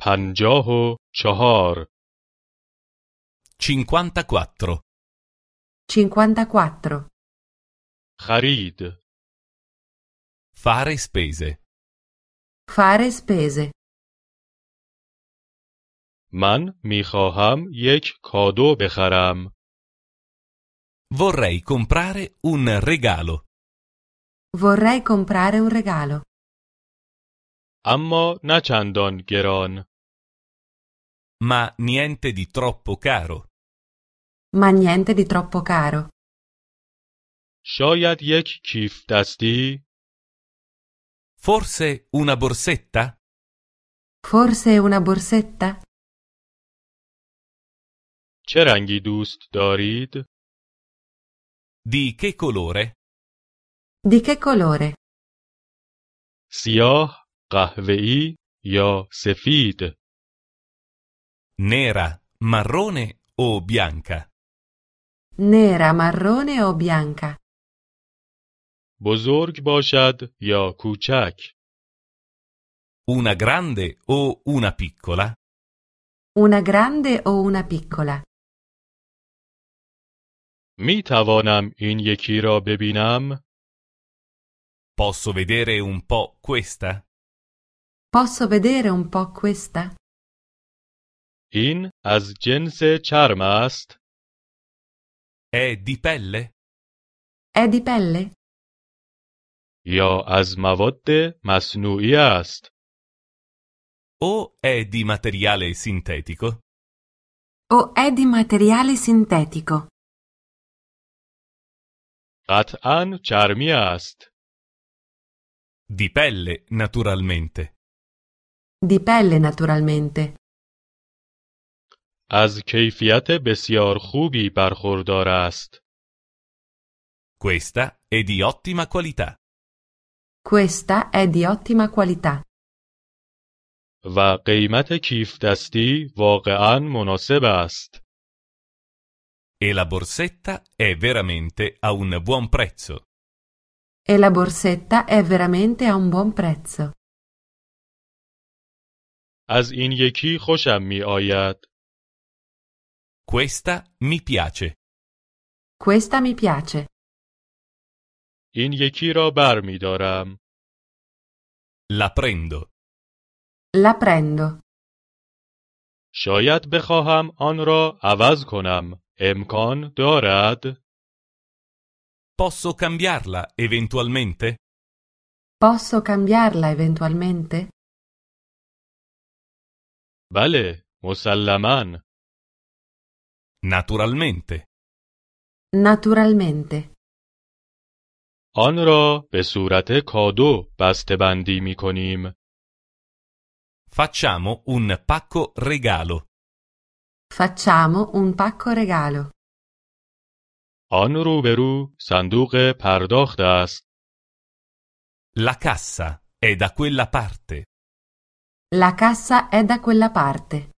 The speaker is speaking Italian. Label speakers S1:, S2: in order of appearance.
S1: پنجاه و چهار
S2: 54.
S3: 54.
S1: خرید
S2: Fare spese.
S3: Fare spese.
S1: من می خواهم یک کادو بخرم
S2: Vorrei comprare un regalo,
S3: Vorrei comprare un regalo,
S1: اما نه چندان گران
S2: ma niente di troppo caro.
S3: ma niente di troppo caro.
S1: شاید یک کیف دستی
S2: Forse una borsetta?
S3: Forse una borsetta?
S1: چه رنگی دوست دارید
S2: Di che colore?
S3: Di che colore?
S1: سیاه قهوه‌ای یا سفید
S2: Nera, marrone o bianca?
S3: Nera, marrone o bianca?
S1: بزرگ باشد یا کوچک
S2: Una grande o una piccola?
S3: Una grande o una piccola?
S1: می توانم این یکی را ببینم
S2: Posso vedere un po' questa?
S3: Posso vedere un po' questa?
S1: این از جنس چرم است
S2: È di pelle?
S3: È di pelle?
S1: یا از مواد مصنوعی است
S2: O è di materiale sintetico?
S3: O è di materiale sintetico?
S1: قطعا چرمی است
S2: Di pelle, naturalmente.
S3: Di pelle naturalmente.
S1: از کیفیت بسیار خوبی برخوردار است
S2: Questa è di ottima qualità.
S3: Questa è di ottima qualità
S1: و قیمت کیف دستی واقعا مناسب است.
S2: E la borsetta è veramente a un buon prezzo.
S3: e la borsetta è veramente a un buon prezzo.
S1: از این یکی خوشم می آید.
S2: Questa mi piace.
S3: Questa mi piace.
S1: این یکی را بر می دارم.
S2: La prendo.
S3: La prendo.
S1: شاید بخواهم آن را عوض کنم. امکان دارد؟
S2: Posso cambiarla eventualmente?
S3: Posso cambiarla eventualmente?
S1: بله، مسلما.
S2: Naturalmente.
S3: Naturalmente.
S1: آن را به صورت کادو بسته بندی می کنیم.
S2: Facciamo un pacco regalo.
S3: Facciamo un pacco regalo.
S1: آن روبرو صندوق پرداخت است.
S2: La cassa è da quella parte.
S3: La cassa è da quella parte.